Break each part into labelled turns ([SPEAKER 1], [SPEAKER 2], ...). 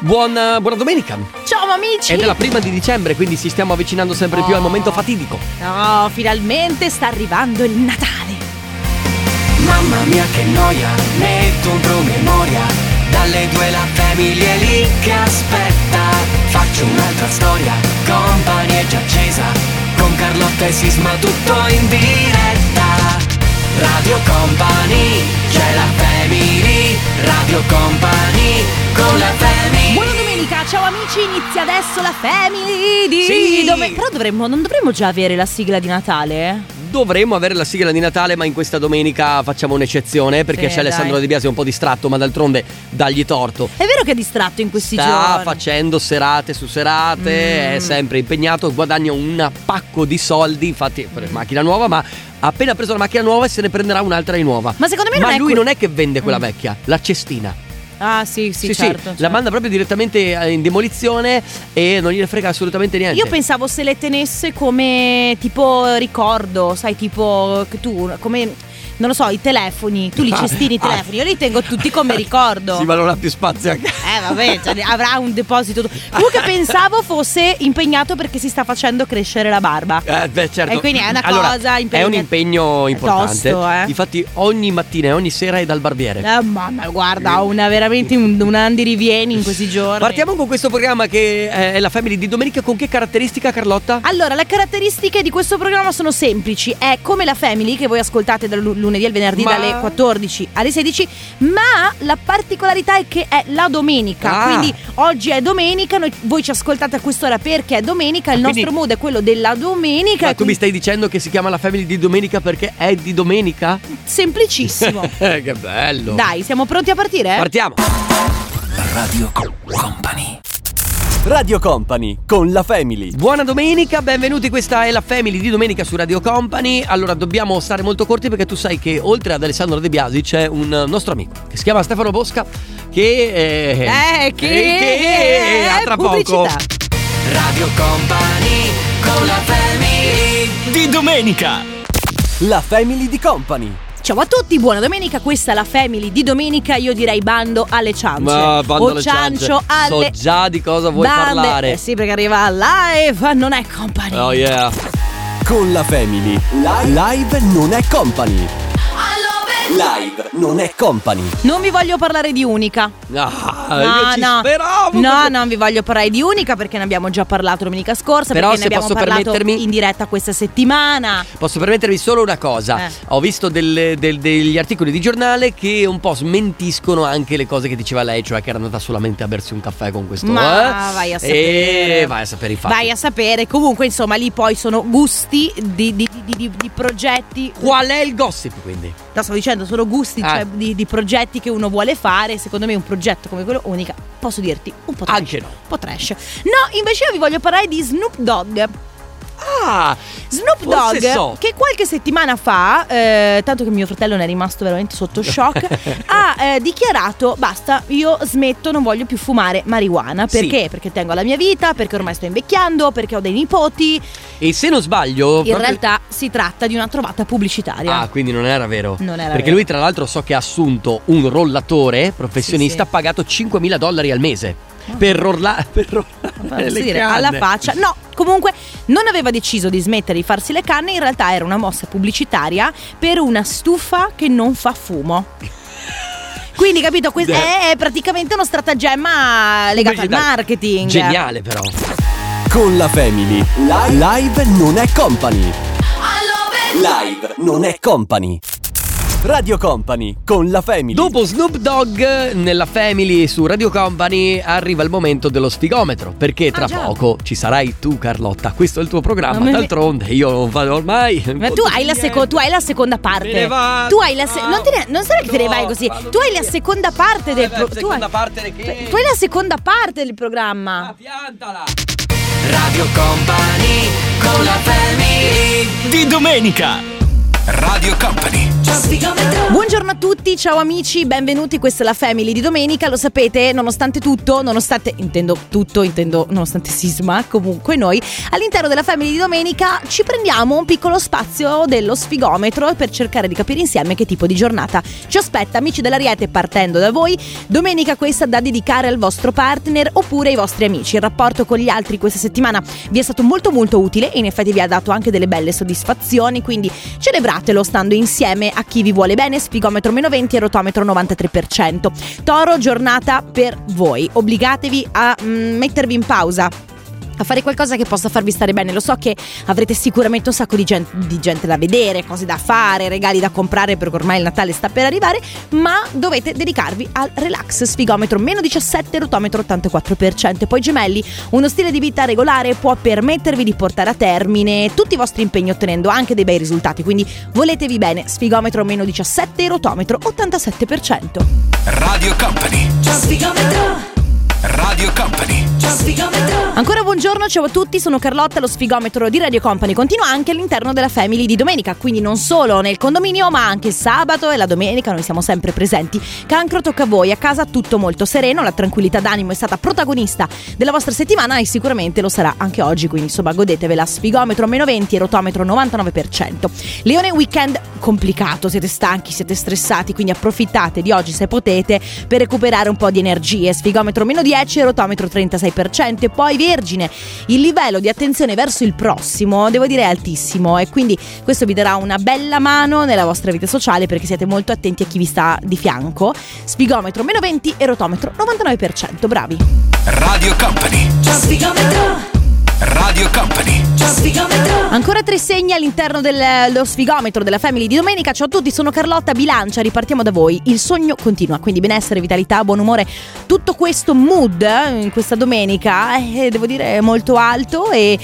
[SPEAKER 1] Buona, eh, buona domenica!
[SPEAKER 2] Ciao amici!
[SPEAKER 1] Ed è la prima di dicembre, quindi ci stiamo avvicinando sempre più al momento fatidico.
[SPEAKER 2] No, finalmente sta arrivando il Natale.
[SPEAKER 3] Mamma mia che noia, metto un promemoria Dalle due la famiglia è lì che aspetta Faccio un'altra storia, company è già accesa Con Carlotta e Sisma tutto in diretta Radio Company, c'è la family Radio Company, con la family
[SPEAKER 2] Buona domenica, ciao amici, inizia adesso la Family di
[SPEAKER 1] Sì.
[SPEAKER 2] Dove- Però dovremmo, non dovremmo già avere la sigla di Natale?
[SPEAKER 1] Dovremmo avere la sigla di Natale, ma in questa domenica facciamo un'eccezione eh, perché
[SPEAKER 2] Sì,
[SPEAKER 1] c'è Alessandro
[SPEAKER 2] dai.
[SPEAKER 1] De Biasi un po' distratto, ma d'altronde dagli torto.
[SPEAKER 2] È vero che è distratto in questi
[SPEAKER 1] Sta
[SPEAKER 2] giorni.
[SPEAKER 1] facendo serate su serate,
[SPEAKER 2] Mm.
[SPEAKER 1] è sempre impegnato, guadagna un pacco di soldi, infatti per macchina nuova, ma ha appena preso la macchina nuova e se ne prenderà un'altra di nuova.
[SPEAKER 2] Ma secondo me non
[SPEAKER 1] Ma
[SPEAKER 2] è
[SPEAKER 1] lui
[SPEAKER 2] que-
[SPEAKER 1] non è che vende quella
[SPEAKER 2] Mm.
[SPEAKER 1] vecchia, la cestina.
[SPEAKER 2] Ah, sì, sì,
[SPEAKER 1] sì,
[SPEAKER 2] certo. certo.
[SPEAKER 1] la manda proprio direttamente eh, in demolizione e non gliene frega assolutamente niente.
[SPEAKER 2] Io pensavo se le tenesse come tipo ricordo, sai, tipo che tu come non lo so, i telefoni, tu li
[SPEAKER 1] Ah,
[SPEAKER 2] cestini i
[SPEAKER 1] ah.
[SPEAKER 2] telefoni, io li tengo tutti come ricordo.
[SPEAKER 1] Sì, ma non ha più spazio a casa.
[SPEAKER 2] Eh vabbè, cioè, avrà un deposito. Comunque pensavo fosse impegnato perché si sta facendo crescere la barba.
[SPEAKER 1] Eh, beh, certo.
[SPEAKER 2] E quindi è una
[SPEAKER 1] Allora,
[SPEAKER 2] cosa impegna-
[SPEAKER 1] È un impegno
[SPEAKER 2] È
[SPEAKER 1] importante.
[SPEAKER 2] tosto, eh.
[SPEAKER 1] Infatti, ogni mattina e ogni sera è dal barbiere.
[SPEAKER 2] Eh, mamma, guarda, ho una, veramente un, un andirivieni in questi giorni.
[SPEAKER 1] Partiamo con questo programma che eh, è la Family di domenica. Con che caratteristica, Carlotta?
[SPEAKER 2] Allora, le caratteristiche di questo programma sono semplici. È come la Family che voi ascoltate dal lu- lunedì al venerdì
[SPEAKER 1] Ma-
[SPEAKER 2] dalle 14 alle 16, ma la particolarità è che è la domenica.
[SPEAKER 1] Ah.
[SPEAKER 2] Quindi oggi è domenica, noi- voi ci ascoltate a quest'ora perché è domenica, il
[SPEAKER 1] Ah, Quindi-
[SPEAKER 2] nostro mood è quello della domenica.
[SPEAKER 1] Ma
[SPEAKER 2] e
[SPEAKER 1] Cioè, tu mi stai dicendo che si chiama la Family di domenica perché è di domenica? Eh,
[SPEAKER 2] quindi Semplicissimo.
[SPEAKER 1] che bello.
[SPEAKER 2] Dai, siamo pronti a partire?
[SPEAKER 1] Partiamo.
[SPEAKER 3] Radio Company
[SPEAKER 4] Radio Company con la Family.
[SPEAKER 1] Buona domenica, benvenuti, questa è la Family di domenica su Radio Company. Allora dobbiamo stare molto corti perché tu sai che oltre ad Alessandro De Biasi c'è un eh, nostro amico che si chiama Stefano Bosca che...
[SPEAKER 2] Eh, che-
[SPEAKER 1] che- eh, a tra poco.
[SPEAKER 2] pubblicità.
[SPEAKER 3] Radio Company, con la family
[SPEAKER 4] Di domenica. La Family di Company.
[SPEAKER 2] Ciao a tutti, buona domenica, questa è la Family di domenica, io direi bando alle ciance.
[SPEAKER 1] Ma bando
[SPEAKER 2] o
[SPEAKER 1] alle ciance.
[SPEAKER 2] ciancio Cioè, alle
[SPEAKER 1] So già di cosa vuoi
[SPEAKER 2] bande.
[SPEAKER 1] parlare.
[SPEAKER 2] Eh sì, perché arriva live, non è company.
[SPEAKER 1] Oh yeah.
[SPEAKER 4] Con la Family. Live, non è company. Live non è company.
[SPEAKER 2] Non vi voglio parlare di unica.
[SPEAKER 1] Ah, io ci speravo.
[SPEAKER 2] No,
[SPEAKER 1] perché-
[SPEAKER 2] non vi voglio parlare di unica perché ne abbiamo già parlato domenica scorsa,
[SPEAKER 1] Però
[SPEAKER 2] perché
[SPEAKER 1] se
[SPEAKER 2] ne abbiamo
[SPEAKER 1] posso
[SPEAKER 2] parlato
[SPEAKER 1] permettermi-
[SPEAKER 2] in diretta questa settimana.
[SPEAKER 1] Posso permettervi solo una cosa,
[SPEAKER 2] Eh.
[SPEAKER 1] ho visto delle- del- degli articoli di giornale che un po' smentiscono anche le cose che diceva lei, cioè che era andata solamente a bersi un caffè con questo.
[SPEAKER 2] Ma
[SPEAKER 1] eh.
[SPEAKER 2] vai a sapere.
[SPEAKER 1] E vai a sapere i fatti.
[SPEAKER 2] Vai a sapere, comunque insomma lì poi sono gusti di, di- di- di- di progetti
[SPEAKER 1] Qual è il gossip quindi?
[SPEAKER 2] No, stavo dicendo, sono gusti
[SPEAKER 1] Ah.
[SPEAKER 2] cioè, di, di progetti che uno vuole fare. Secondo me un progetto come quello unica, posso dirti, un po' trash.
[SPEAKER 1] Anche no.
[SPEAKER 2] Un po' trash. No, invece io vi voglio parlare di Snoop Dogg.
[SPEAKER 1] Ah,
[SPEAKER 2] Snoop
[SPEAKER 1] Forse
[SPEAKER 2] Dogg,
[SPEAKER 1] so.
[SPEAKER 2] che qualche settimana fa, eh, tanto che mio fratello ne è rimasto veramente sotto shock, ha eh, dichiarato: Basta, io smetto, non voglio più fumare marijuana.
[SPEAKER 1] Sì.
[SPEAKER 2] Perché? Perché tengo alla mia vita, perché ormai sto invecchiando, perché ho dei nipoti.
[SPEAKER 1] e se non sbaglio...
[SPEAKER 2] In
[SPEAKER 1] proprio-
[SPEAKER 2] realtà si tratta di una trovata pubblicitaria.
[SPEAKER 1] Ah, quindi non era vero.
[SPEAKER 2] Non era
[SPEAKER 1] Perché
[SPEAKER 2] vero.
[SPEAKER 1] lui tra l'altro so che ha assunto un rollatore professionista
[SPEAKER 2] Sì, sì.
[SPEAKER 1] pagato 5.000 dollari al mese. Per rollare... Per rollare...
[SPEAKER 2] Posso
[SPEAKER 1] le
[SPEAKER 2] dire,
[SPEAKER 1] canne.
[SPEAKER 2] alla faccia. No, comunque non aveva deciso di smettere di farsi le canne, in realtà era una mossa pubblicitaria per una stufa che non fa fumo. Quindi, capito, questo è praticamente uno stratagemma legato al
[SPEAKER 1] Pubblicità.
[SPEAKER 2] marketing.
[SPEAKER 1] Geniale però.
[SPEAKER 4] Con la Family. Live, non è company. Live non è company. Radio Company con la Family.
[SPEAKER 1] Dopo Snoop Dogg nella Family su Radio Company arriva il momento dello sfigometro perché tra
[SPEAKER 2] Ah, già.
[SPEAKER 1] poco ci sarai tu Carlotta, questo è il tuo programma,
[SPEAKER 2] Ma me-
[SPEAKER 1] d'altronde io non vado ormai.
[SPEAKER 2] Ma tu hai, la seco- tu hai la seconda parte.
[SPEAKER 1] Me ne vado.
[SPEAKER 2] tu hai la se- non, te ne- non sarà che te ne
[SPEAKER 1] No,
[SPEAKER 2] vai così.
[SPEAKER 1] vado
[SPEAKER 2] Tu hai
[SPEAKER 1] via.
[SPEAKER 2] la seconda parte
[SPEAKER 1] Vabbè,
[SPEAKER 2] del pro- tu hai- cioè,
[SPEAKER 1] seconda parte che-
[SPEAKER 2] tu hai la seconda parte del programma.
[SPEAKER 1] Ah, piantala.
[SPEAKER 3] Radio Company, con la family
[SPEAKER 4] Di domenica.
[SPEAKER 5] Radio Company.
[SPEAKER 2] Buongiorno a tutti, ciao amici, benvenuti, questa è la Family di domenica, lo sapete, nonostante tutto, nonostante, intendo tutto, intendo nonostante sisma, comunque noi all'interno della Family di domenica ci prendiamo un piccolo spazio dello sfigometro per cercare di capire insieme che tipo di giornata ci aspetta, amici dell'Ariete, partendo da voi, domenica questa da dedicare al vostro partner oppure ai vostri amici, il rapporto con gli altri questa settimana vi è stato molto molto utile e in effetti vi ha dato anche delle belle soddisfazioni, quindi celebratelo stando insieme a chi vi vuole bene, spigometro meno 20 e rotometro 93%. Toro, giornata per voi, obbligatevi a mm, mettervi in pausa. A fare qualcosa che possa farvi stare bene. Lo so che avrete sicuramente un sacco di gen- di gente, da vedere, cose da fare, regali da comprare perché ormai il Natale sta per arrivare. Ma dovete dedicarvi al relax. Sfigometro meno 17, rotometro 84%. Poi gemelli, uno stile di vita regolare può permettervi di portare a termine tutti i vostri impegni ottenendo anche dei bei risultati. Quindi voletevi bene. Sfigometro meno 17, rotometro 87%.
[SPEAKER 5] Radio Company. Radio Company.
[SPEAKER 2] Ancora buongiorno, ciao a tutti, sono Carlotta, lo sfigometro di Radio Company continua anche all'interno della Family di domenica, quindi non solo nel condominio ma anche il sabato e la domenica noi siamo sempre presenti. Cancro tocca a voi, a casa tutto molto sereno, la tranquillità d'animo è stata protagonista della vostra settimana e sicuramente lo sarà anche oggi, quindi insomma godetevela, sfigometro meno 20 e rotometro 99%. Leone, weekend complicato, siete stanchi, siete stressati, quindi approfittate di oggi se potete per recuperare un po' di energie, sfigometro meno 10 e rotometro 36%. E poi Vergine, il livello di attenzione verso il prossimo devo dire è altissimo e quindi questo vi darà una bella mano nella vostra vita sociale perché siete molto attenti a chi vi sta di fianco. Spigometro meno 20 e rotometro 99%, bravi.
[SPEAKER 5] Radio Company. Radio Company.
[SPEAKER 2] Ancora tre segni all'interno del- dello sfigometro della Family di domenica. Ciao a tutti, sono Carlotta Bilancia, ripartiamo da voi. Il sogno continua, quindi benessere, vitalità, buon umore. Tutto questo mood eh, in questa domenica, eh, devo dire, è molto alto e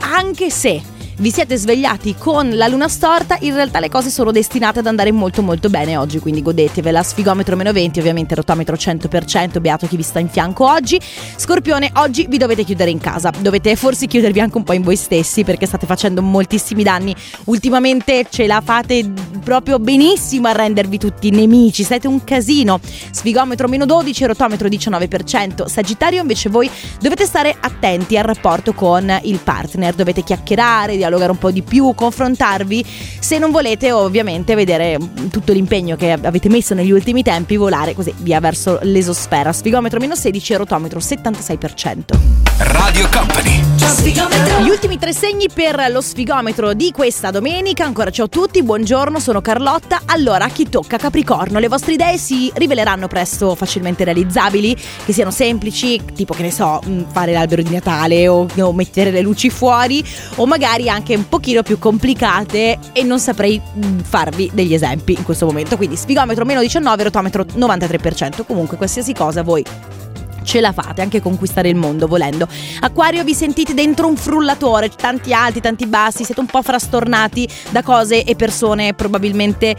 [SPEAKER 2] anche se vi siete svegliati con la luna storta, in realtà le cose sono destinate ad andare molto molto bene oggi, quindi godetevela. Sfigometro meno 20, ovviamente rotometro 100%, beato chi vi sta in fianco oggi. Scorpione, oggi vi dovete chiudere in casa, dovete forse chiudervi anche un po' in voi stessi perché state facendo moltissimi danni. Ultimamente ce la fate proprio benissimo a rendervi tutti nemici, siete un casino. Sfigometro meno 12, rotometro 19%. Sagittario invece voi dovete stare attenti al rapporto con il partner, dovete chiacchierare, dialogare un po' di più, confrontarvi, se non volete ovviamente vedere mm, tutto l'impegno che avete messo negli ultimi tempi volare così via verso l'esosfera. Sfigometro meno 16, rotometro 76%.
[SPEAKER 5] Radio Company.
[SPEAKER 2] Gli ultimi tre segni per lo sfigometro di questa domenica. Ancora ciao a tutti, buongiorno, sono Carlotta. Allora, a chi tocca Capricorno? Le vostre idee si riveleranno presto facilmente realizzabili, che siano semplici, tipo che ne so, mh, fare l'albero di Natale o, o mettere le luci fuori, o magari anche un pochino più complicate e non saprei mh, farvi degli esempi in questo momento. Quindi sfigometro meno 19, rotometro 93%. Comunque qualsiasi cosa voi ce la fate anche conquistare il mondo volendo. Acquario vi sentite dentro un frullatore, tanti alti, tanti bassi, siete un po' frastornati da cose e persone probabilmente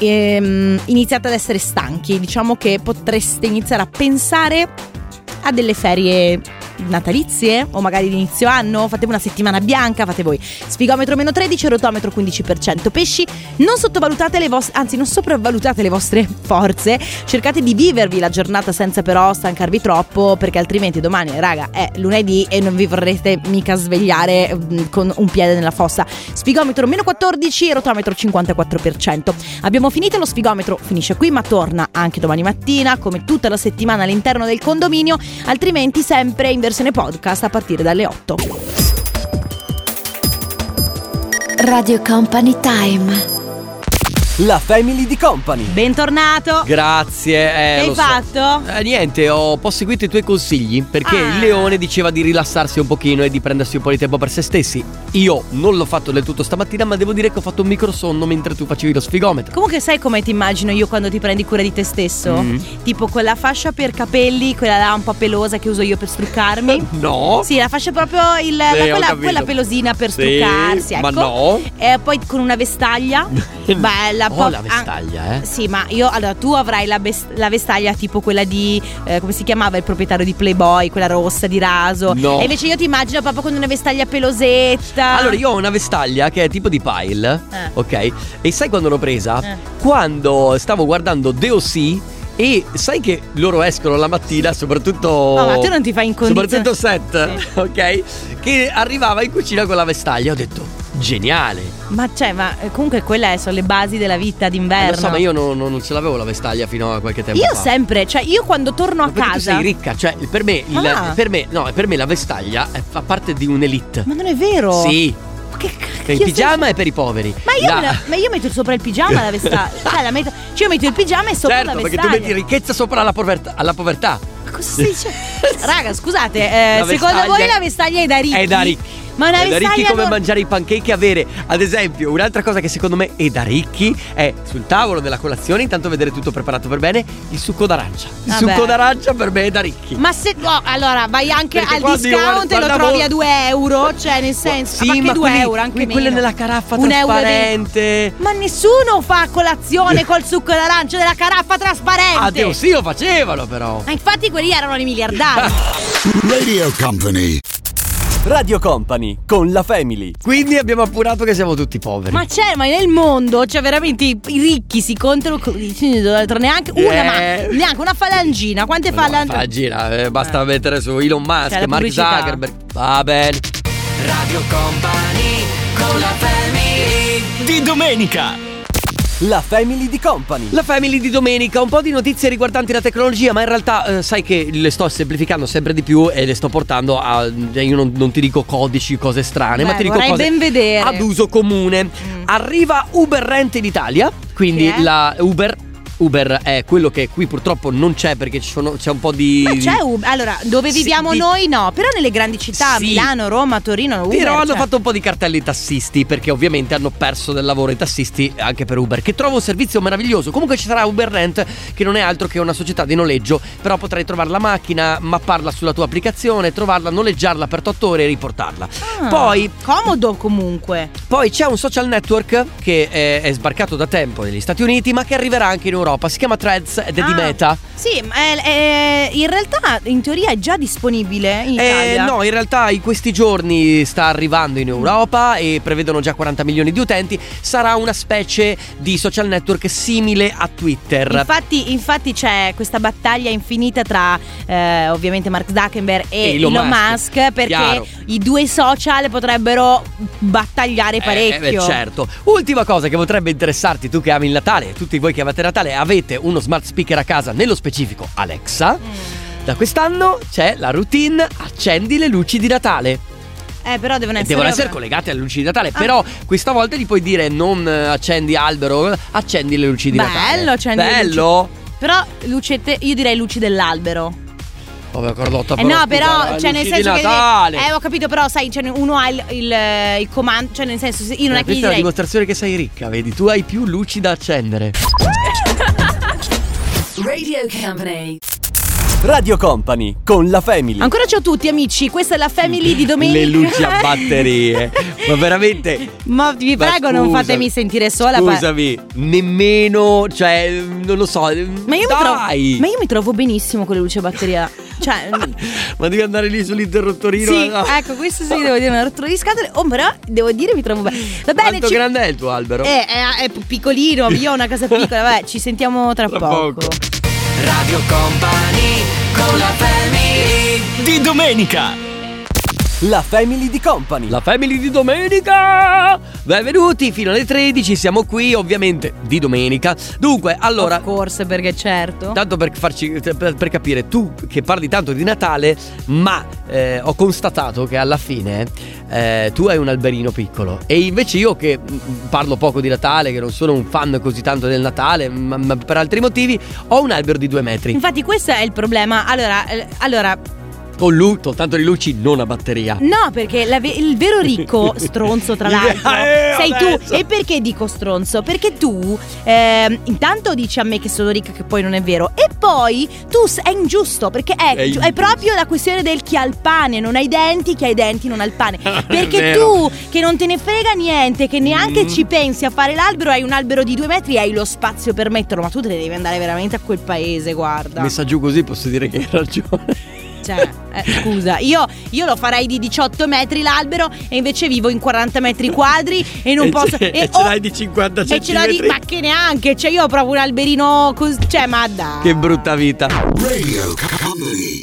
[SPEAKER 2] ehm, iniziate ad essere stanchi, diciamo che potreste iniziare a pensare a delle ferie natalizie o magari di inizio anno, fate una settimana bianca, fate voi. Sfigometro meno 13, rotometro 15%. Pesci, non sottovalutate le vostre, anzi non sopravvalutate le vostre forze, cercate di vivervi la giornata senza però stancarvi troppo perché altrimenti domani, raga, è lunedì e non vi vorrete mica svegliare mm, con un piede nella fossa. Sfigometro meno 14, rotometro 54%. Abbiamo finito lo sfigometro, finisce qui ma torna anche domani mattina come tutta la settimana all'interno del condominio, altrimenti sempre in versione podcast a partire dalle 8.
[SPEAKER 6] Radio Company Time.
[SPEAKER 4] La Family di Company.
[SPEAKER 2] Bentornato!
[SPEAKER 1] Grazie. eh,
[SPEAKER 2] che hai
[SPEAKER 1] lo so.
[SPEAKER 2] fatto?
[SPEAKER 1] Eh, niente, ho, ho seguito i tuoi consigli perché
[SPEAKER 2] Ah.
[SPEAKER 1] il leone diceva di rilassarsi un pochino e di prendersi un po' di tempo per se stessi. Io non l'ho fatto del tutto stamattina, ma devo dire che ho fatto un microsonno mentre tu facevi lo sfigometro.
[SPEAKER 2] Comunque sai come ti immagino io quando ti prendi cura di te stesso?
[SPEAKER 1] Mm.
[SPEAKER 2] Tipo quella fascia per capelli, quella là un po' pelosa che uso io per struccarmi.
[SPEAKER 1] No.
[SPEAKER 2] Sì, la fascia proprio il, la-
[SPEAKER 1] Oh. ho
[SPEAKER 2] quella,
[SPEAKER 1] capito.
[SPEAKER 2] quella pelosina per
[SPEAKER 1] Sì,
[SPEAKER 2] struccarsi, ecco.
[SPEAKER 1] Ma no.
[SPEAKER 2] E poi con una vestaglia Bella
[SPEAKER 1] Oh,
[SPEAKER 2] po-
[SPEAKER 1] la
[SPEAKER 2] ah,
[SPEAKER 1] vestaglia, eh.
[SPEAKER 2] Sì, ma io allora tu avrai la, bes- la vestaglia tipo quella di eh, come si chiamava il proprietario di Playboy, quella rossa di raso.
[SPEAKER 1] No.
[SPEAKER 2] E invece io ti immagino proprio con una vestaglia pelosetta.
[SPEAKER 1] Allora, io ho una vestaglia che è tipo di pile,
[SPEAKER 2] Eh.
[SPEAKER 1] ok? E sai quando l'ho presa?
[SPEAKER 2] Eh.
[SPEAKER 1] Quando stavo guardando DOC e sai che loro escono la mattina, soprattutto.
[SPEAKER 2] No, ma tu non ti fai in condizione-
[SPEAKER 1] Soprattutto set, ok? Che arrivava in cucina con la vestaglia. Ho detto, geniale.
[SPEAKER 2] Ma cioè, ma eh, comunque quelle sono le basi della vita
[SPEAKER 1] Eh,
[SPEAKER 2] d'inverno.
[SPEAKER 1] lo so, ma io non, non- non ce l'avevo la vestaglia fino a qualche tempo
[SPEAKER 2] Io
[SPEAKER 1] fa.
[SPEAKER 2] sempre, cioè io quando torno a
[SPEAKER 1] Ma perché tu
[SPEAKER 2] casa.
[SPEAKER 1] sei ricca, cioè per me, il-
[SPEAKER 2] Ah.
[SPEAKER 1] per me, no, per me la vestaglia eh, fa parte di un'elite.
[SPEAKER 2] Ma non è vero?
[SPEAKER 1] Sì,
[SPEAKER 2] Ma che cacchio?
[SPEAKER 1] il pigiama è per i poveri.
[SPEAKER 2] Oh. Ma io,
[SPEAKER 1] La-
[SPEAKER 2] me la- ma io metto sopra il pigiama la vestaglia. cioè, la metto- cioè, io metto il pigiama e sopra
[SPEAKER 1] certo,
[SPEAKER 2] la
[SPEAKER 1] perché
[SPEAKER 2] vestaglia.
[SPEAKER 1] tu metti ricchezza sopra la povertà. alla povertà.
[SPEAKER 2] Ma cosa stai dicendo? Raga, scusate, eh,
[SPEAKER 1] La
[SPEAKER 2] secondo
[SPEAKER 1] vestaglia-
[SPEAKER 2] voi la vestaglia è da ricchi?
[SPEAKER 1] È da ricchi.
[SPEAKER 2] Ma una
[SPEAKER 1] è da ricchi
[SPEAKER 2] vestaglia
[SPEAKER 1] come
[SPEAKER 2] non-
[SPEAKER 1] mangiare i pancake e avere, ad esempio, un'altra cosa che secondo me è da ricchi è sul tavolo della colazione, intanto vedere tutto preparato per bene, il succo d'arancia. Il
[SPEAKER 2] Vabbè.
[SPEAKER 1] succo d'arancia per me è da ricchi.
[SPEAKER 2] Ma se no, allora vai anche
[SPEAKER 1] Perché
[SPEAKER 2] al
[SPEAKER 1] quando io
[SPEAKER 2] discount e lo
[SPEAKER 1] guardavo-
[SPEAKER 2] trovi a 2 euro, cioè nel senso,
[SPEAKER 1] Sì,
[SPEAKER 2] ma anche
[SPEAKER 1] ma
[SPEAKER 2] 2
[SPEAKER 1] quelli-
[SPEAKER 2] euro, anche
[SPEAKER 1] que- quelle
[SPEAKER 2] meno.
[SPEAKER 1] nella caraffa
[SPEAKER 2] Un euro di-
[SPEAKER 1] trasparente.
[SPEAKER 2] Ma nessuno fa colazione col succo d'arancia della caraffa trasparente.
[SPEAKER 1] Ah, Dio, sì, lo facevano però.
[SPEAKER 2] Ma infatti quelli erano i miliardari.
[SPEAKER 7] Radio Company.
[SPEAKER 4] Radio Company con la Family.
[SPEAKER 1] Quindi abbiamo appurato che siamo tutti poveri.
[SPEAKER 2] ma c'è, ma nel mondo, cioè veramente i, i ricchi si contano con- neanche una, ma
[SPEAKER 1] Eh.
[SPEAKER 2] neanche una falangina. Quante
[SPEAKER 1] Ma no,
[SPEAKER 2] falangine?
[SPEAKER 1] fa gira, eh, basta mettere su Elon Musk,
[SPEAKER 2] C'è Cioè, la
[SPEAKER 1] Mark
[SPEAKER 2] pubblicità.
[SPEAKER 1] Zuckerberg. Va bene. Radio Company con la Family.
[SPEAKER 5] Di domenica.
[SPEAKER 4] La Family di Company.
[SPEAKER 1] La Family di domenica, un po' di notizie riguardanti la tecnologia, ma in realtà eh, sai che le sto semplificando sempre di più e le sto portando a. eh, Io non, non ti dico codici, cose strane, ma
[SPEAKER 2] Beh,
[SPEAKER 1] ti dico
[SPEAKER 2] vorrei
[SPEAKER 1] cose
[SPEAKER 2] ben vedere.
[SPEAKER 1] ad uso comune.
[SPEAKER 2] Ah,
[SPEAKER 1] Arriva Uber Rent in Italia, quindi
[SPEAKER 2] Che è?
[SPEAKER 1] la Uber. Uber è quello che qui purtroppo non c'è perché ci sono- c'è un po' di.
[SPEAKER 2] Ma c'è Uber? Allora, dove
[SPEAKER 1] Ah, Sì,
[SPEAKER 2] viviamo
[SPEAKER 1] di-
[SPEAKER 2] noi no, però nelle grandi città,
[SPEAKER 1] Sì.
[SPEAKER 2] Milano, Roma, Torino, Uber.
[SPEAKER 1] Però hanno
[SPEAKER 2] cioè.
[SPEAKER 1] fatto un po' di cartelli ai tassisti perché ovviamente hanno perso del lavoro i tassisti anche per Uber che trovo un servizio meraviglioso. Comunque ci sarà Uber Rent che non è altro che una società di noleggio, però potrai trovare la macchina, mapparla sulla tua applicazione, trovarla, noleggiarla per 8 ore e riportarla.
[SPEAKER 2] Ah,
[SPEAKER 1] Poi-
[SPEAKER 2] Comodo comunque.
[SPEAKER 1] Poi c'è un social network che è, è sbarcato da tempo negli Stati Uniti ma che arriverà anche in Europa, si chiama Threads ed è di
[SPEAKER 2] Ah,
[SPEAKER 1] Meta.
[SPEAKER 2] Sì, ma è- è- in realtà in teoria è già disponibile in
[SPEAKER 1] Eh,
[SPEAKER 2] Italia.
[SPEAKER 1] no, in realtà in questi giorni sta arrivando in Europa e prevedono già 40 milioni di utenti. Sarà una specie di social network simile a Twitter.
[SPEAKER 2] Infatti, infatti c'è questa battaglia infinita tra eh, ovviamente Mark Zuckerberg e,
[SPEAKER 1] E Elon Musk,
[SPEAKER 2] Musk, perché
[SPEAKER 1] chiaro.
[SPEAKER 2] i due social potrebbero battagliare
[SPEAKER 1] Eh, eh,
[SPEAKER 2] parecchio.
[SPEAKER 1] beh, certo. Ultima cosa che potrebbe interessarti, tu che ami il Natale, tutti voi che avete Natale, avete uno smart speaker a casa, nello specifico Alexa.
[SPEAKER 2] Mm.
[SPEAKER 1] Da quest'anno c'è la routine accendi le luci di Natale.
[SPEAKER 2] Eh, però devono
[SPEAKER 1] E
[SPEAKER 2] essere
[SPEAKER 1] devono essere collegate alle luci di
[SPEAKER 2] Ah.
[SPEAKER 1] Natale, però questa volta gli puoi dire non eh, accendi albero, accendi le luci di Natale.
[SPEAKER 2] Bello, accendi le luci.
[SPEAKER 1] Bello.
[SPEAKER 2] Però lucette, io direi luci dell'albero.
[SPEAKER 1] Vabbè, Carlotta,
[SPEAKER 2] Eh
[SPEAKER 1] però,
[SPEAKER 2] no,
[SPEAKER 1] scusa,
[SPEAKER 2] però,
[SPEAKER 1] eh,
[SPEAKER 2] cioè, nel
[SPEAKER 1] luci
[SPEAKER 2] senso
[SPEAKER 1] di
[SPEAKER 2] che.
[SPEAKER 1] Natale.
[SPEAKER 2] Eh, ho capito, però, sai, cioè, uno ha il, il- il comando. Cioè, nel senso, se- io non è che gli
[SPEAKER 1] Eh, Questa è la
[SPEAKER 2] direi.
[SPEAKER 1] dimostrazione che sei ricca, vedi? Tu hai più luci da accendere.
[SPEAKER 8] Radio Company.
[SPEAKER 4] Radio Company con la Family.
[SPEAKER 2] Ancora ciao a tutti, amici. Questa è la family di domenica.
[SPEAKER 1] Le luci a batterie. Ma veramente.
[SPEAKER 2] Ma vi
[SPEAKER 1] Ma
[SPEAKER 2] prego, non
[SPEAKER 1] scusa-
[SPEAKER 2] fatemi sentire sola. pa-
[SPEAKER 1] Scusami, nemmeno. Cioè, non lo so. Ma io
[SPEAKER 2] Ma io, mi trovo,
[SPEAKER 1] Dai!
[SPEAKER 2] ma io mi trovo benissimo con le luci a batteria. Cioè,
[SPEAKER 1] Ma devi andare lì sull'interruttorino.
[SPEAKER 2] sì,
[SPEAKER 1] no?
[SPEAKER 2] ecco, questo sì, devo dire una rottura di scatole. Oh, però devo dire, mi trovo bene. Va bene,
[SPEAKER 1] Quanto
[SPEAKER 2] ci-
[SPEAKER 1] grande è il tuo albero?
[SPEAKER 2] Eh, eh, è piccolino, io ho una casa piccola. Vabbè, ci sentiamo tra, poco.
[SPEAKER 1] Radio Company con la family.
[SPEAKER 5] Di domenica.
[SPEAKER 4] La Family di Company.
[SPEAKER 1] La family di domenica! Benvenuti fino alle 13, siamo qui ovviamente di domenica. Dunque, allora,
[SPEAKER 2] Of course, perché certo.
[SPEAKER 1] tanto per, farci, per, per capire, tu che parli tanto di Natale, ma eh, ho constatato che alla fine eh, tu hai un alberino piccolo e invece io che mm, parlo poco di Natale, che non sono un fan così tanto del Natale, ma, ma per altri motivi, ho un albero di due metri.
[SPEAKER 2] Infatti, questo è il problema. Allora, eh, allora,
[SPEAKER 1] Con l'utto, tanto di luci non a batteria.
[SPEAKER 2] No, perché la ve- il vero ricco stronzo, tra l'altro,
[SPEAKER 1] Eh,
[SPEAKER 2] sei
[SPEAKER 1] adesso.
[SPEAKER 2] tu. E perché dico stronzo? Perché tu, ehm, intanto dici a me che sono ricca, che poi non è vero. E poi tu s- è ingiusto, perché è,
[SPEAKER 1] È
[SPEAKER 2] è
[SPEAKER 1] ingiusto.
[SPEAKER 2] proprio la questione del chi ha il pane, non ha i denti, chi ha i denti non ha il pane. Perché
[SPEAKER 1] vero.
[SPEAKER 2] tu, che non te ne frega niente, che neanche
[SPEAKER 1] Mm.
[SPEAKER 2] ci pensi a fare l'albero, hai un albero di due metri, hai lo spazio per metterlo, ma tu te ne devi andare veramente a quel paese, guarda.
[SPEAKER 1] Messa giù così posso dire che hai ragione.
[SPEAKER 2] Cioè, eh, scusa, io, io lo farei di 18 metri l'albero e invece vivo in 40 metri quadri e non
[SPEAKER 1] E
[SPEAKER 2] posso.
[SPEAKER 1] ce- e ce l'hai di 50
[SPEAKER 2] E ce l'ho di.
[SPEAKER 1] centimetri?
[SPEAKER 2] Ma che neanche, cioè, io ho proprio un alberino così. Cioè, ma dai.
[SPEAKER 1] Che brutta vita.
[SPEAKER 7] Radio Company.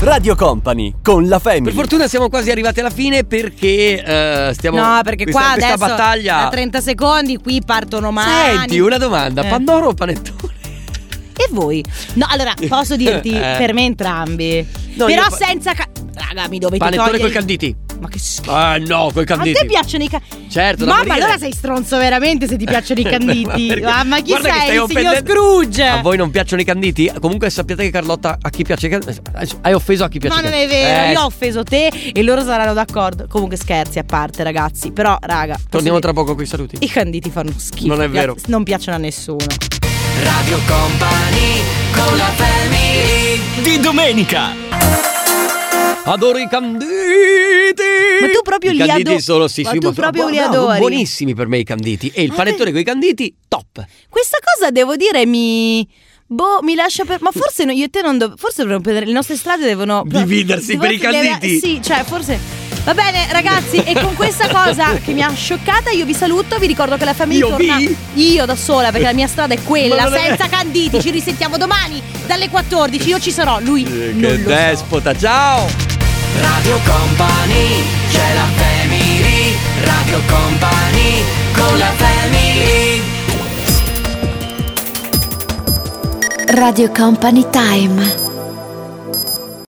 [SPEAKER 4] Radio Company con la
[SPEAKER 1] Per
[SPEAKER 4] Family.
[SPEAKER 1] fortuna siamo quasi arrivati alla fine perché eh, stiamo...
[SPEAKER 2] No, perché
[SPEAKER 1] questa,
[SPEAKER 2] qua
[SPEAKER 1] questa
[SPEAKER 2] adesso
[SPEAKER 1] battaglia...
[SPEAKER 2] da 30 secondi qui partono mani.
[SPEAKER 1] Senti, una domanda.
[SPEAKER 2] Eh.
[SPEAKER 1] Pandoro o panettone?
[SPEAKER 2] E voi? No, allora, posso dirti
[SPEAKER 1] Eh.
[SPEAKER 2] per me entrambi.
[SPEAKER 1] No,
[SPEAKER 2] Però
[SPEAKER 1] io pa-
[SPEAKER 2] senza ca- Raga, mi dovete
[SPEAKER 1] Panettone
[SPEAKER 2] togliere
[SPEAKER 1] col canditi.
[SPEAKER 2] Ma che schifo.
[SPEAKER 1] Ah no, col
[SPEAKER 2] A
[SPEAKER 1] canditi.
[SPEAKER 2] te piacciono i canditi?
[SPEAKER 1] Certo, da
[SPEAKER 2] Mamma,
[SPEAKER 1] morire.
[SPEAKER 2] allora sei stronzo veramente se ti piacciono i
[SPEAKER 1] Ma
[SPEAKER 2] canditi.
[SPEAKER 1] perché-
[SPEAKER 2] Mamma, chi
[SPEAKER 1] Guarda che
[SPEAKER 2] sei?
[SPEAKER 1] stai
[SPEAKER 2] Il signor
[SPEAKER 1] offendendo-
[SPEAKER 2] Scrooge.
[SPEAKER 1] A voi non piacciono i canditi? Comunque sappiate che Carlotta a chi piace i canditi. Hai offeso a chi piace
[SPEAKER 2] Ma
[SPEAKER 1] i
[SPEAKER 2] non è
[SPEAKER 1] canditi.
[SPEAKER 2] vero,
[SPEAKER 1] Eh,
[SPEAKER 2] io ho offeso te e loro saranno d'accordo. Comunque scherzi a parte, ragazzi. Però, raga, posso
[SPEAKER 1] Torniamo
[SPEAKER 2] dire-
[SPEAKER 1] tra poco con i saluti.
[SPEAKER 2] i canditi fanno schifo.
[SPEAKER 1] Non è vero.
[SPEAKER 2] Pi- Non piacciono a nessuno.
[SPEAKER 3] Radio Company con la family
[SPEAKER 5] Di domenica.
[SPEAKER 1] Adoro i canditi.
[SPEAKER 2] Ma tu proprio
[SPEAKER 1] I
[SPEAKER 2] li
[SPEAKER 1] canditi
[SPEAKER 2] ado-
[SPEAKER 1] sono sì,
[SPEAKER 2] ma
[SPEAKER 1] sì,
[SPEAKER 2] tu proprio
[SPEAKER 1] bu-
[SPEAKER 2] li
[SPEAKER 1] no,
[SPEAKER 2] adori.
[SPEAKER 1] buonissimi per me i canditi e il
[SPEAKER 2] Ah,
[SPEAKER 1] panettone
[SPEAKER 2] beh.
[SPEAKER 1] con i canditi top.
[SPEAKER 2] Questa cosa devo dire mi Boh, mi lascia per. Ma forse no- io e te non dov- Forse dovremmo prendere. Le nostre strade devono.
[SPEAKER 1] Dividersi
[SPEAKER 2] devono-
[SPEAKER 1] per i
[SPEAKER 2] deve-
[SPEAKER 1] canditi.
[SPEAKER 2] Sì, cioè, forse. Va bene, ragazzi, e con questa cosa che mi ha scioccata, io vi saluto. Vi ricordo che la famiglia
[SPEAKER 1] Io
[SPEAKER 2] torna.
[SPEAKER 1] vi?
[SPEAKER 2] Io da sola, perché la mia strada è
[SPEAKER 1] Ma
[SPEAKER 2] quella,
[SPEAKER 1] non è-
[SPEAKER 2] senza canditi. Ci risentiamo domani dalle 14. Io ci sarò. Lui. non
[SPEAKER 1] che
[SPEAKER 2] lo so.
[SPEAKER 1] despota, ciao.
[SPEAKER 3] Radio Company c'è la family Radio Company con la family
[SPEAKER 6] Radio Company Time.